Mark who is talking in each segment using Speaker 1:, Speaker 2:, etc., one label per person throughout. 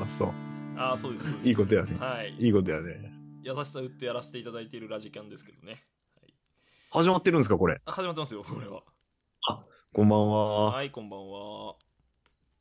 Speaker 1: あ、そう。
Speaker 2: ああ、そうです。そうです
Speaker 1: いいことやね
Speaker 2: はい。
Speaker 1: いいことやね。
Speaker 2: 優しさ売ってやらせていただいているラジキャンですけどね。
Speaker 1: 始まってるんですか、これ。
Speaker 2: あ始まってますよ、 これは。
Speaker 1: こんばんは。
Speaker 2: はい、こんばんは。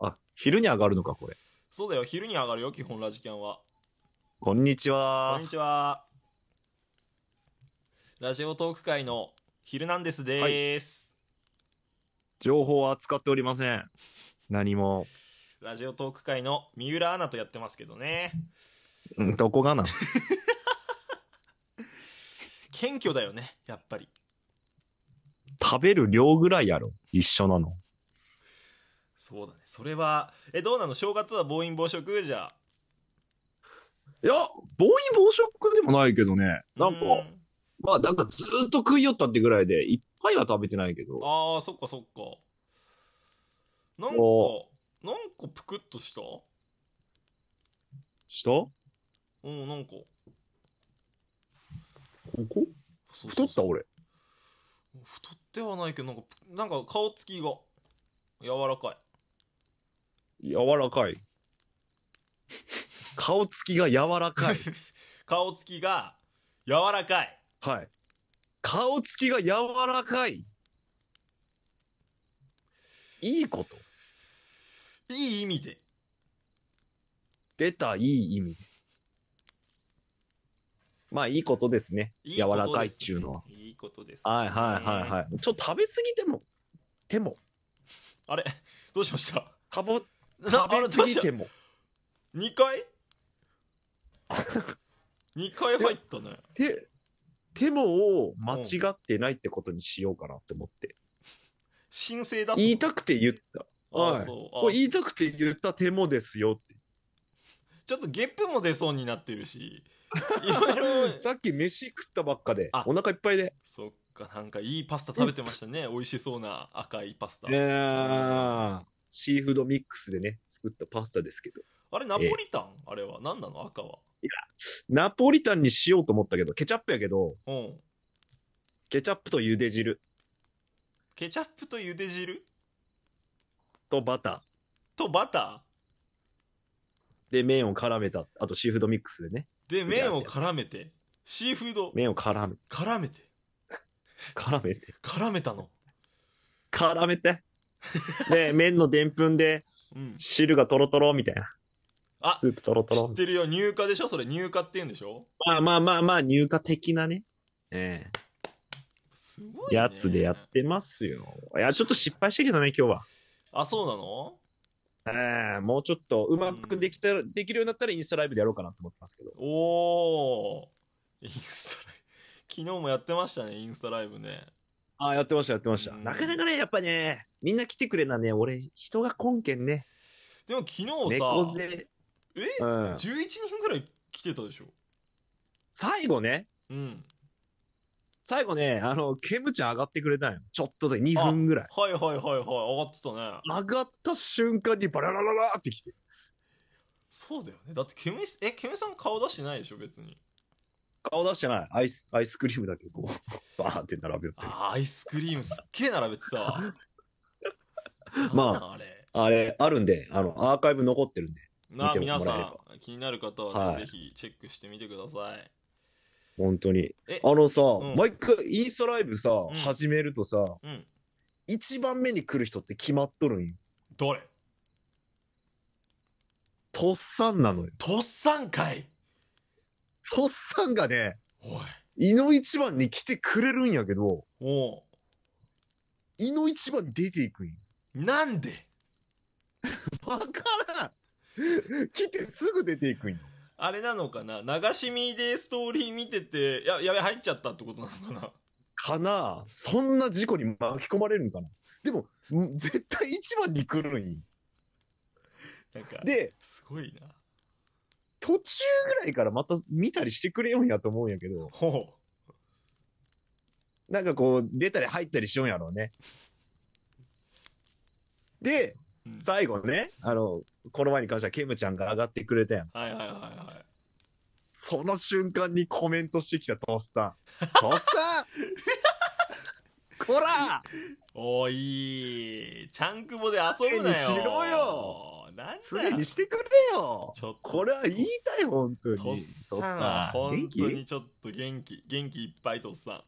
Speaker 1: あ、昼に上がるのか、これ。
Speaker 2: そうだよ、昼に上がるよ、基本ラジキャンは。
Speaker 1: こんにち
Speaker 2: こ
Speaker 1: は
Speaker 2: んに。ちは。ラジオトーク会の昼なんですです。
Speaker 1: 情報は扱っておりません。何も。
Speaker 2: ラジオトーク会の三浦アナとやってますけどね。
Speaker 1: うん、どこがな。
Speaker 2: 謙虚だよね、やっぱり。
Speaker 1: 食べる量ぐらいやろ。一緒なの。
Speaker 2: そうだね。それは、え、どうなの正月は暴飲暴食じゃあ。
Speaker 1: いや、暴飲暴食でもないけどね。なんか、
Speaker 2: う
Speaker 1: まあなんかずーっと食いよったってぐらいで、いっぱいは食べてないけど。
Speaker 2: ああ、そっかそっか。なんか
Speaker 1: お、
Speaker 2: なんかぷくっとした
Speaker 1: したこ
Speaker 2: うん、なんか。
Speaker 1: こ
Speaker 2: そうそ
Speaker 1: 太
Speaker 2: う
Speaker 1: った
Speaker 2: そう
Speaker 1: 俺。
Speaker 2: 太ってはないけど、なんかぷ、なんか顔つきが柔らかい。
Speaker 1: 柔らかい。顔つきが柔らかい。
Speaker 2: 顔つきが柔らかい。
Speaker 1: はい。顔つきが柔らかい。いいこと。
Speaker 2: いい意味で。
Speaker 1: 出たいい意味。まあいいことですね。
Speaker 2: いい
Speaker 1: 柔
Speaker 2: こと
Speaker 1: らかいっ
Speaker 2: です
Speaker 1: ちゅうのは。
Speaker 2: ねいいことです、
Speaker 1: はいはいはい
Speaker 2: い。
Speaker 1: はい。ちょっと食べ過ぎても、ても、
Speaker 2: あれどうし ました
Speaker 1: 食べ
Speaker 2: な あれ
Speaker 1: 食べ
Speaker 2: ど
Speaker 1: 過
Speaker 2: う
Speaker 1: ぎ
Speaker 2: した
Speaker 1: ても。
Speaker 2: ?2 回 ?2 回入ったね。
Speaker 1: て、てもを間違ってないってことにしようかなって思って。
Speaker 2: 申請出す
Speaker 1: 言いたくて言った。
Speaker 2: あ
Speaker 1: は
Speaker 2: ー
Speaker 1: い
Speaker 2: そうあー
Speaker 1: これ言いたくて言ったてもですよって。
Speaker 2: ちょっとゲップも出そうになってるし、 いろいろ、
Speaker 1: さっき飯食ったばっかで
Speaker 2: あ、
Speaker 1: お腹いっぱいで。
Speaker 2: そっか、なんかいいパスタ食べてましたね。美味しそうな赤いパスタ。
Speaker 1: いやーシーフードミックスでね、作ったパスタですけど。
Speaker 2: あれ、ナポリタンあれは。何なの赤は。
Speaker 1: ナポリタンにしようと思ったけど、ケチャップやけど、
Speaker 2: うん。
Speaker 1: ケチャップと茹で汁
Speaker 2: ケチャップと茹で汁
Speaker 1: とバタ
Speaker 2: とバタ
Speaker 1: ーで麺を絡めた。あとシーフードミックスでね、
Speaker 2: ーで麺を絡めて、シーフード
Speaker 1: 麺を絡め、
Speaker 2: 絡めて、
Speaker 1: 絡めて、
Speaker 2: 絡めたの。
Speaker 1: 絡めて。で、麺のでんぷんで
Speaker 2: うん。知
Speaker 1: 汁がトロトロみたいな。
Speaker 2: あ
Speaker 1: スープトロトロ
Speaker 2: っ。てるよ。乳化でしょそれ乳化って言うんでしょ
Speaker 1: まあまあまあまあ、乳化的なね。え
Speaker 2: すご
Speaker 1: え、
Speaker 2: い、ね。
Speaker 1: やつでやってますよ。いや、ちょっと失敗したけどね、今日は。
Speaker 2: あ、そうなの
Speaker 1: ええもうちょっとうまくできたら、できるようになったらインスタライブでやろうかなと思ってますけど。
Speaker 2: おー。インスタライブ。昨日もやってましたね、インスタライブね。
Speaker 1: ああ、やってました、やってました。
Speaker 2: うん
Speaker 1: なかなかね、やっぱね、みんな来てくれなね、俺、人が根んね。
Speaker 2: でも昨日さ、
Speaker 1: 猫背。
Speaker 2: え
Speaker 1: うん。
Speaker 2: 11人ぐらい来てたでしょ
Speaker 1: 最後ね、
Speaker 2: うん。
Speaker 1: 最後ね、あの、ケムちゃん上がってくれたんよ。ちょっとで2分ぐらい。
Speaker 2: はいはいはいはい、上がってたね。
Speaker 1: 上がった瞬間にバララララってきて。
Speaker 2: そうだよね。だって、ケムイス、え、ケムイさん顔出してないでしょ、別に。
Speaker 1: 顔出してない。アイス、アイスクリームだけこう、バーって並べよってる。
Speaker 2: あーアイスクリームすっげえ並べてたわ。
Speaker 1: まあ
Speaker 2: なんなんあれ。
Speaker 1: あれ、あるんで、あの、アーカイブ残ってるんで。
Speaker 2: なあ、
Speaker 1: 見ても
Speaker 2: 皆
Speaker 1: らえれば
Speaker 2: さん、気になる方はね、
Speaker 1: はい
Speaker 2: ぜひチェックしてみてください。
Speaker 1: 本当に。
Speaker 2: え、
Speaker 1: あのさ、
Speaker 2: ん
Speaker 1: 毎回インスタライブさ、
Speaker 2: ん
Speaker 1: 始めるとさ、
Speaker 2: うん。
Speaker 1: 一番目に来る人って決まっとるんよ。
Speaker 2: どれ
Speaker 1: とっさんなのよ。
Speaker 2: とっさんかい
Speaker 1: とっさんがね、
Speaker 2: おい。
Speaker 1: いの一番に来てくれるんやけど、
Speaker 2: おう。
Speaker 1: いの一番に出ていくんよ。
Speaker 2: なんで
Speaker 1: わからん来てすぐ出ていくんよ。
Speaker 2: あれなのかな流し見でストーリー見てて、や、やべ、入っちゃったってことなの
Speaker 1: か
Speaker 2: かな
Speaker 1: なそんな事故に巻き込まれるんかなでも、ん絶対一番に来るんよ。
Speaker 2: なんか、
Speaker 1: で、
Speaker 2: すごいな。
Speaker 1: 途中ぐらいからまた見たりしてくれよんやと思うんやけど、
Speaker 2: ほう。
Speaker 1: なんかこう、出たり入ったりしようんやろうね。で、
Speaker 2: うん
Speaker 1: 最後ね、あの、この前に関してはケムちゃんが上がってくれたやん。
Speaker 2: はいはいはいはい。
Speaker 1: その瞬間にコメントしてきたトッさん。トッ さんこら
Speaker 2: おい、チャンクボで遊ぶなよ。
Speaker 1: 手にしろよ。
Speaker 2: なんだよ
Speaker 1: すでにしてくれよ
Speaker 2: ちょっと
Speaker 1: これは言いたい、本当に。
Speaker 2: とっさんは
Speaker 1: とっさん
Speaker 2: 本
Speaker 1: 元
Speaker 2: 当
Speaker 1: 気
Speaker 2: にちょっと元気元気いっぱいとっさ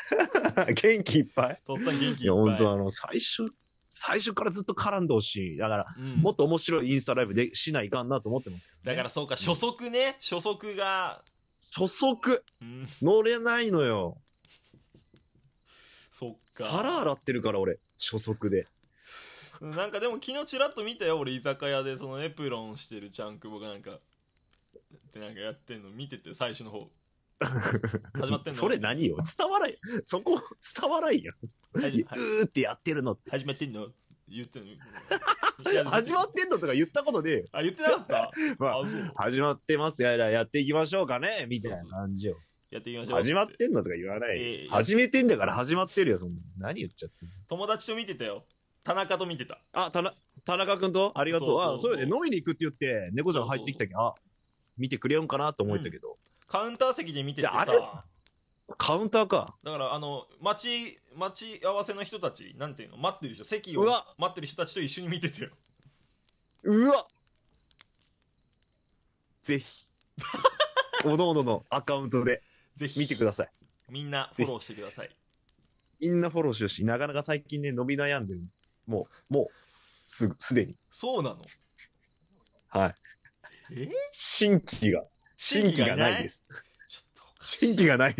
Speaker 1: 元気いっぱい
Speaker 2: んとっさん元気
Speaker 1: い
Speaker 2: いっ
Speaker 1: や、
Speaker 2: ぱ
Speaker 1: 本
Speaker 2: い
Speaker 1: 当あの、最初、最初からずっと絡んでほしい。だから、
Speaker 2: うん
Speaker 1: もっと面白いインスタライブでしないかんなと思ってますけど
Speaker 2: だ
Speaker 1: ね、
Speaker 2: からそうか初速ね初速が
Speaker 1: 初速、
Speaker 2: うん
Speaker 1: 乗れないのよ。
Speaker 2: そっか
Speaker 1: 皿洗ってるから、俺。初速で。
Speaker 2: なんかでも昨日ちらっと見たよ俺居酒屋でそのエプロンしてるちゃんくぼがなんかでなんかやってんの見てて最初の方 始まってんの
Speaker 1: それ何よ伝わらい。そこ、伝わらいやん。
Speaker 2: 始ま
Speaker 1: うーってやってるのって。
Speaker 2: 始まってんの言ってん のいや
Speaker 1: 始まってんのとか言ったことで、
Speaker 2: あ言ってなかった
Speaker 1: まあ、
Speaker 2: あそう
Speaker 1: 始まってますやらやっていきましょうかねみたいな感じよ。
Speaker 2: やっていきましょう
Speaker 1: 始まってんのとか言わないよ。
Speaker 2: ええ
Speaker 1: 始めてんだから始まってるよ、そんな。何言っちゃってんの
Speaker 2: 友達と見てたよ田中と見てた
Speaker 1: あ、田中田中君とありがとう。
Speaker 2: そうそうそう
Speaker 1: あ、そうよね。飲みに行くって言って、猫ちゃん入ってきたけど、あ、見てくれよんかなと思ったけど。
Speaker 2: カウンター席で見ててさ
Speaker 1: いやあれカウンターか。
Speaker 2: だからあの待ち待ち合わせの人たちなんていうの待ってる人席を
Speaker 1: う
Speaker 2: 待
Speaker 1: わ
Speaker 2: ってる人たちと一緒に見ててよ
Speaker 1: うわぜひ。おのおののアカウントで
Speaker 2: ぜひ
Speaker 1: 見てください。
Speaker 2: みんなフォローしてください
Speaker 1: みんなフォローしようし、なかなか最近ね、伸び悩んでる。もう、もう、すぐ、すでに。
Speaker 2: そうなの
Speaker 1: はい。
Speaker 2: え
Speaker 1: 新規が、新規がないです。
Speaker 2: ちょっと
Speaker 1: 新規がない。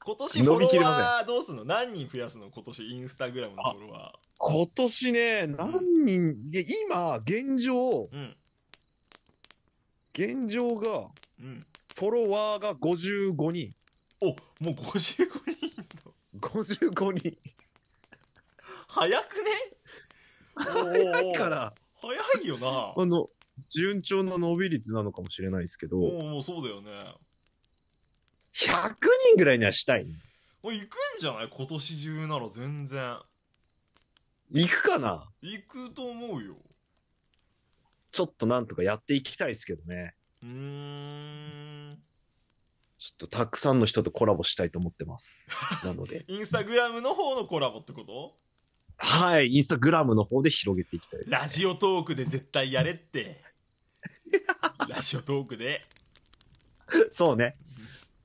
Speaker 2: 今年フ
Speaker 1: 伸びきれ
Speaker 2: ォロ
Speaker 1: ません
Speaker 2: ワーどうすんの何人増やすの今年インスタグラムのフォロワ
Speaker 1: 今年ね、何人、いや今、現状、
Speaker 2: ーうん
Speaker 1: 現状が、
Speaker 2: うん
Speaker 1: フォロワーが55人。
Speaker 2: おもう55人の
Speaker 1: 55人。
Speaker 2: 早くね
Speaker 1: 早いから、
Speaker 2: おー早いよな
Speaker 1: あの、順調な伸び率なのかもしれないですけど、100
Speaker 2: もうそうだよね
Speaker 1: 人ぐらいにはしたい。
Speaker 2: もう行くんじゃない今年中なら全然
Speaker 1: いくかな
Speaker 2: 行くと思うよ
Speaker 1: ちょっとなんとかやっていきたいですけどね。
Speaker 2: うーん
Speaker 1: ちょっとたくさんの人とコラボしたいと思って ます。なので、
Speaker 2: インスタグラムの方のコラボってこと
Speaker 1: はい、インスタグラムの方で広げていきたいです。
Speaker 2: ラジオトークで絶対やれって ラジオトークで
Speaker 1: そうね。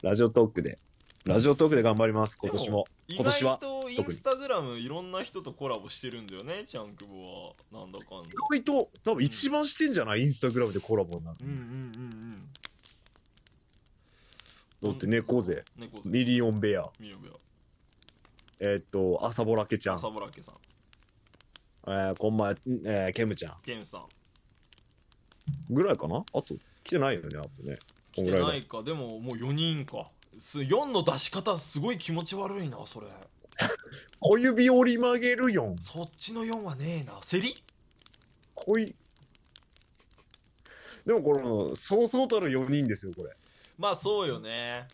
Speaker 1: ラジオトークで。ラジオトークで頑張ります、今年も。
Speaker 2: 意
Speaker 1: 今年
Speaker 2: 外
Speaker 1: は
Speaker 2: とインスタグラムいろんな人とコラボしてるんだよねちゃんくぼはなんだかんだ
Speaker 1: 意外と、多分一番してんじゃないインスタグラムでコラボになる
Speaker 2: うんうんうんう
Speaker 1: だ
Speaker 2: ん
Speaker 1: って猫背、
Speaker 2: 猫背
Speaker 1: ミリオンベア、
Speaker 2: みよべよ
Speaker 1: えーっと、朝ぼらけちゃん、
Speaker 2: 朝ぼらけさん
Speaker 1: えー、こんま、んえー、ケムちゃん
Speaker 2: ケンさん
Speaker 1: ぐらいかなあと、来てないよね、あとね。こ
Speaker 2: 来
Speaker 1: んぐら
Speaker 2: て
Speaker 1: いだ
Speaker 2: ないかでももう4人かす4の出し方すごい気持ち悪いなそれ
Speaker 1: 小指折り曲げるよん。
Speaker 2: そっちの4はねえなセリ
Speaker 1: こい。でもこの、そうそうたる4人ですよ、これ。
Speaker 2: まあそうよね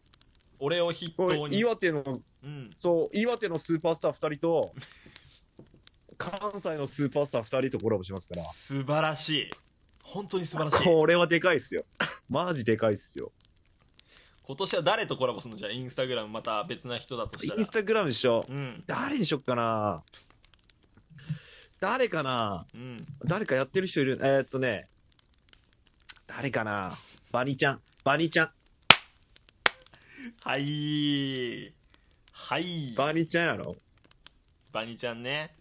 Speaker 2: 俺を筆
Speaker 1: こ
Speaker 2: 頭
Speaker 1: れ
Speaker 2: に
Speaker 1: 岩手の、
Speaker 2: うん
Speaker 1: そう、岩手のスーパースター2人と、関西のスーパースター2人とコラボしますから。
Speaker 2: 素晴らしい本当に素晴らしい
Speaker 1: これはでかいっすよ。マジでかいっすよ。
Speaker 2: 今年は誰とコラボするのじゃあインスタグラムまた別な人だとした
Speaker 1: イン
Speaker 2: ら
Speaker 1: スタグラムでしょ。
Speaker 2: うん
Speaker 1: 誰にしよっかな誰かな
Speaker 2: うん
Speaker 1: 誰かやってる人いるえー、っとね。誰かなバニちゃん。バニちゃん。
Speaker 2: はいはい
Speaker 1: バニちゃんやろ
Speaker 2: バニちゃんね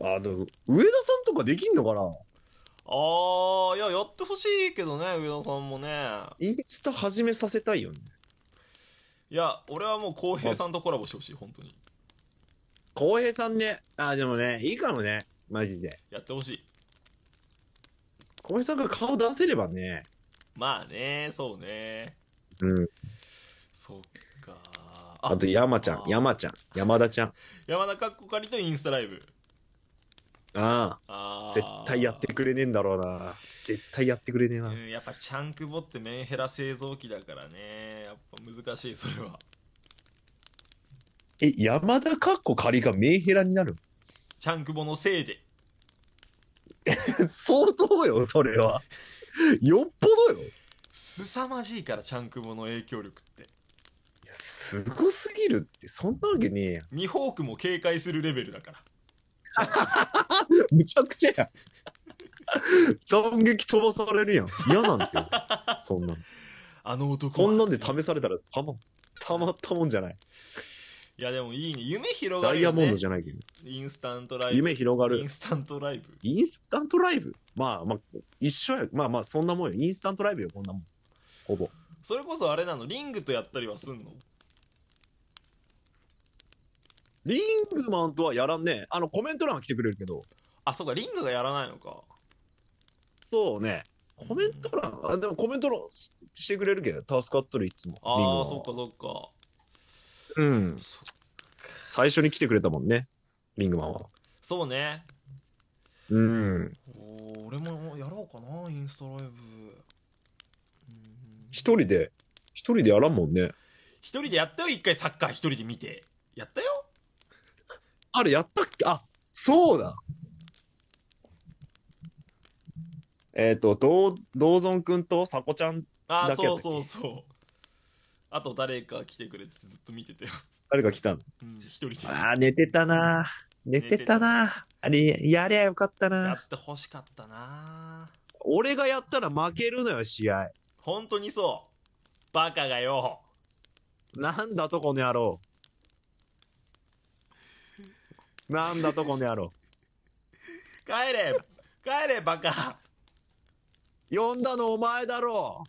Speaker 1: あの、上田さんとかできんのかな
Speaker 2: ああいややってほしいけどね上田さんもね
Speaker 1: インスタ始めさせたいよね。
Speaker 2: いや俺はもう浩平さんとコラボしてほしい本当に
Speaker 1: 浩平さんね。あ、でもね、いいかもね。マジで。
Speaker 2: やってほしい
Speaker 1: 浩平さんが顔出せればね。
Speaker 2: まあねそうね
Speaker 1: うん。
Speaker 2: そっか
Speaker 1: あと、山ちゃん
Speaker 2: あ、
Speaker 1: 山ちゃん、山田ちゃん。
Speaker 2: 山田かっこかりとインスタライブ
Speaker 1: あ
Speaker 2: あ
Speaker 1: あ、
Speaker 2: ー
Speaker 1: 絶対やってくれねえんだろうな。絶対やってくれねえな。
Speaker 2: うん、やっぱチャンクボってメンヘラ製造機だからねやっぱ難しいそれは
Speaker 1: え、山田かっこ仮がメンヘラになる
Speaker 2: チャンクボのせいで
Speaker 1: 相当よ、それは。よっぽどよ。い
Speaker 2: 凄まじいからチャンクボの影響力って
Speaker 1: や、すごすぎるって、そんなわけねえやん。
Speaker 2: ミホークも警戒するレベルだから
Speaker 1: むちゃくち ゃや。斬撃飛ばされるやん。嫌なんだよ。そんなの。
Speaker 2: あの男は
Speaker 1: そんなんで試されたらたま、たまったもんじゃない。
Speaker 2: いやでもいいね夢広が
Speaker 1: ダ
Speaker 2: る
Speaker 1: イヤ
Speaker 2: よ、
Speaker 1: モン
Speaker 2: ね
Speaker 1: ド、じゃないけど。
Speaker 2: インスタントライブ
Speaker 1: 夢広が
Speaker 2: イ
Speaker 1: る
Speaker 2: ン。スタントライブ
Speaker 1: インスタントライブまあまあ、一緒や。まあまあ、そんなもんよ。インスタントライブよ、こんなもん。ほぼ。
Speaker 2: それこそあれなのリングとやったりはすんの
Speaker 1: リングマンとはやらんね。あの、コメント欄は来てくれるけど。
Speaker 2: あそうかリングがやらないのか
Speaker 1: そうね。コメント欄、あでもコメント欄ししてくれるけど、助かっとる、いつも。リングマン
Speaker 2: あ
Speaker 1: は
Speaker 2: あそっかそっか
Speaker 1: うん。
Speaker 2: そ
Speaker 1: 最初に来てくれたもんね。リングマンは。
Speaker 2: そうね
Speaker 1: うん。
Speaker 2: おー俺もやろうかなインスタライブうん
Speaker 1: 一人で、一人でやらんもんね。
Speaker 2: 一人でやったよ一回サッカー一人で見てやったよ
Speaker 1: あれ、やったっけあ、そうだ。えっ、と、どう、どうぞんくんとさこちゃん、
Speaker 2: ああ
Speaker 1: だけやっ
Speaker 2: そう
Speaker 1: たっけ
Speaker 2: そうそうあと誰か来てくれててずっと見てたよ、
Speaker 1: 誰か来たの
Speaker 2: うん、一人でや
Speaker 1: あー、寝てたな寝てたなあれ、やりゃよかったな
Speaker 2: ってほしかったな
Speaker 1: 俺がやったら負けるのよ、試合。
Speaker 2: 本当にそうバカがよ
Speaker 1: なんだとこの野郎。なんだとこの野郎。
Speaker 2: 帰れ帰れバカ
Speaker 1: 呼んだのお前だろ